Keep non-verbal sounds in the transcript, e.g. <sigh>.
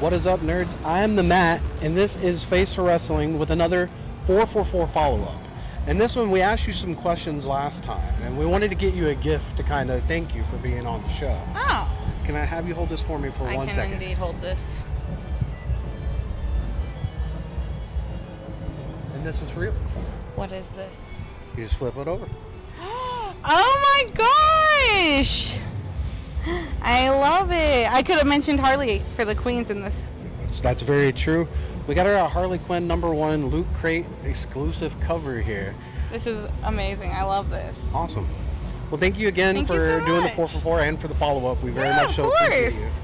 What is up, nerds? I am the Matt, and this is Face for Wrestling with another 444 follow up. And this one, we asked you some questions last time, and we wanted to get you a gift to kind of thank you for being on the show. Oh, Can I have you hold this for me for I one can second? indeed hold this. And this is real. What is this? You just flip it over. <gasps> Oh my gosh! <gasps> I love it. I could have mentioned Harley for the Queens in this. That's, that's very true. We got our Harley Quinn number one Loot Crate exclusive cover here. This is amazing. I love this. Awesome. Well, thank you again Thank you for so doing the much. 444 and for the follow up. We very Yeah, much <gasps> of so appreciate you. course.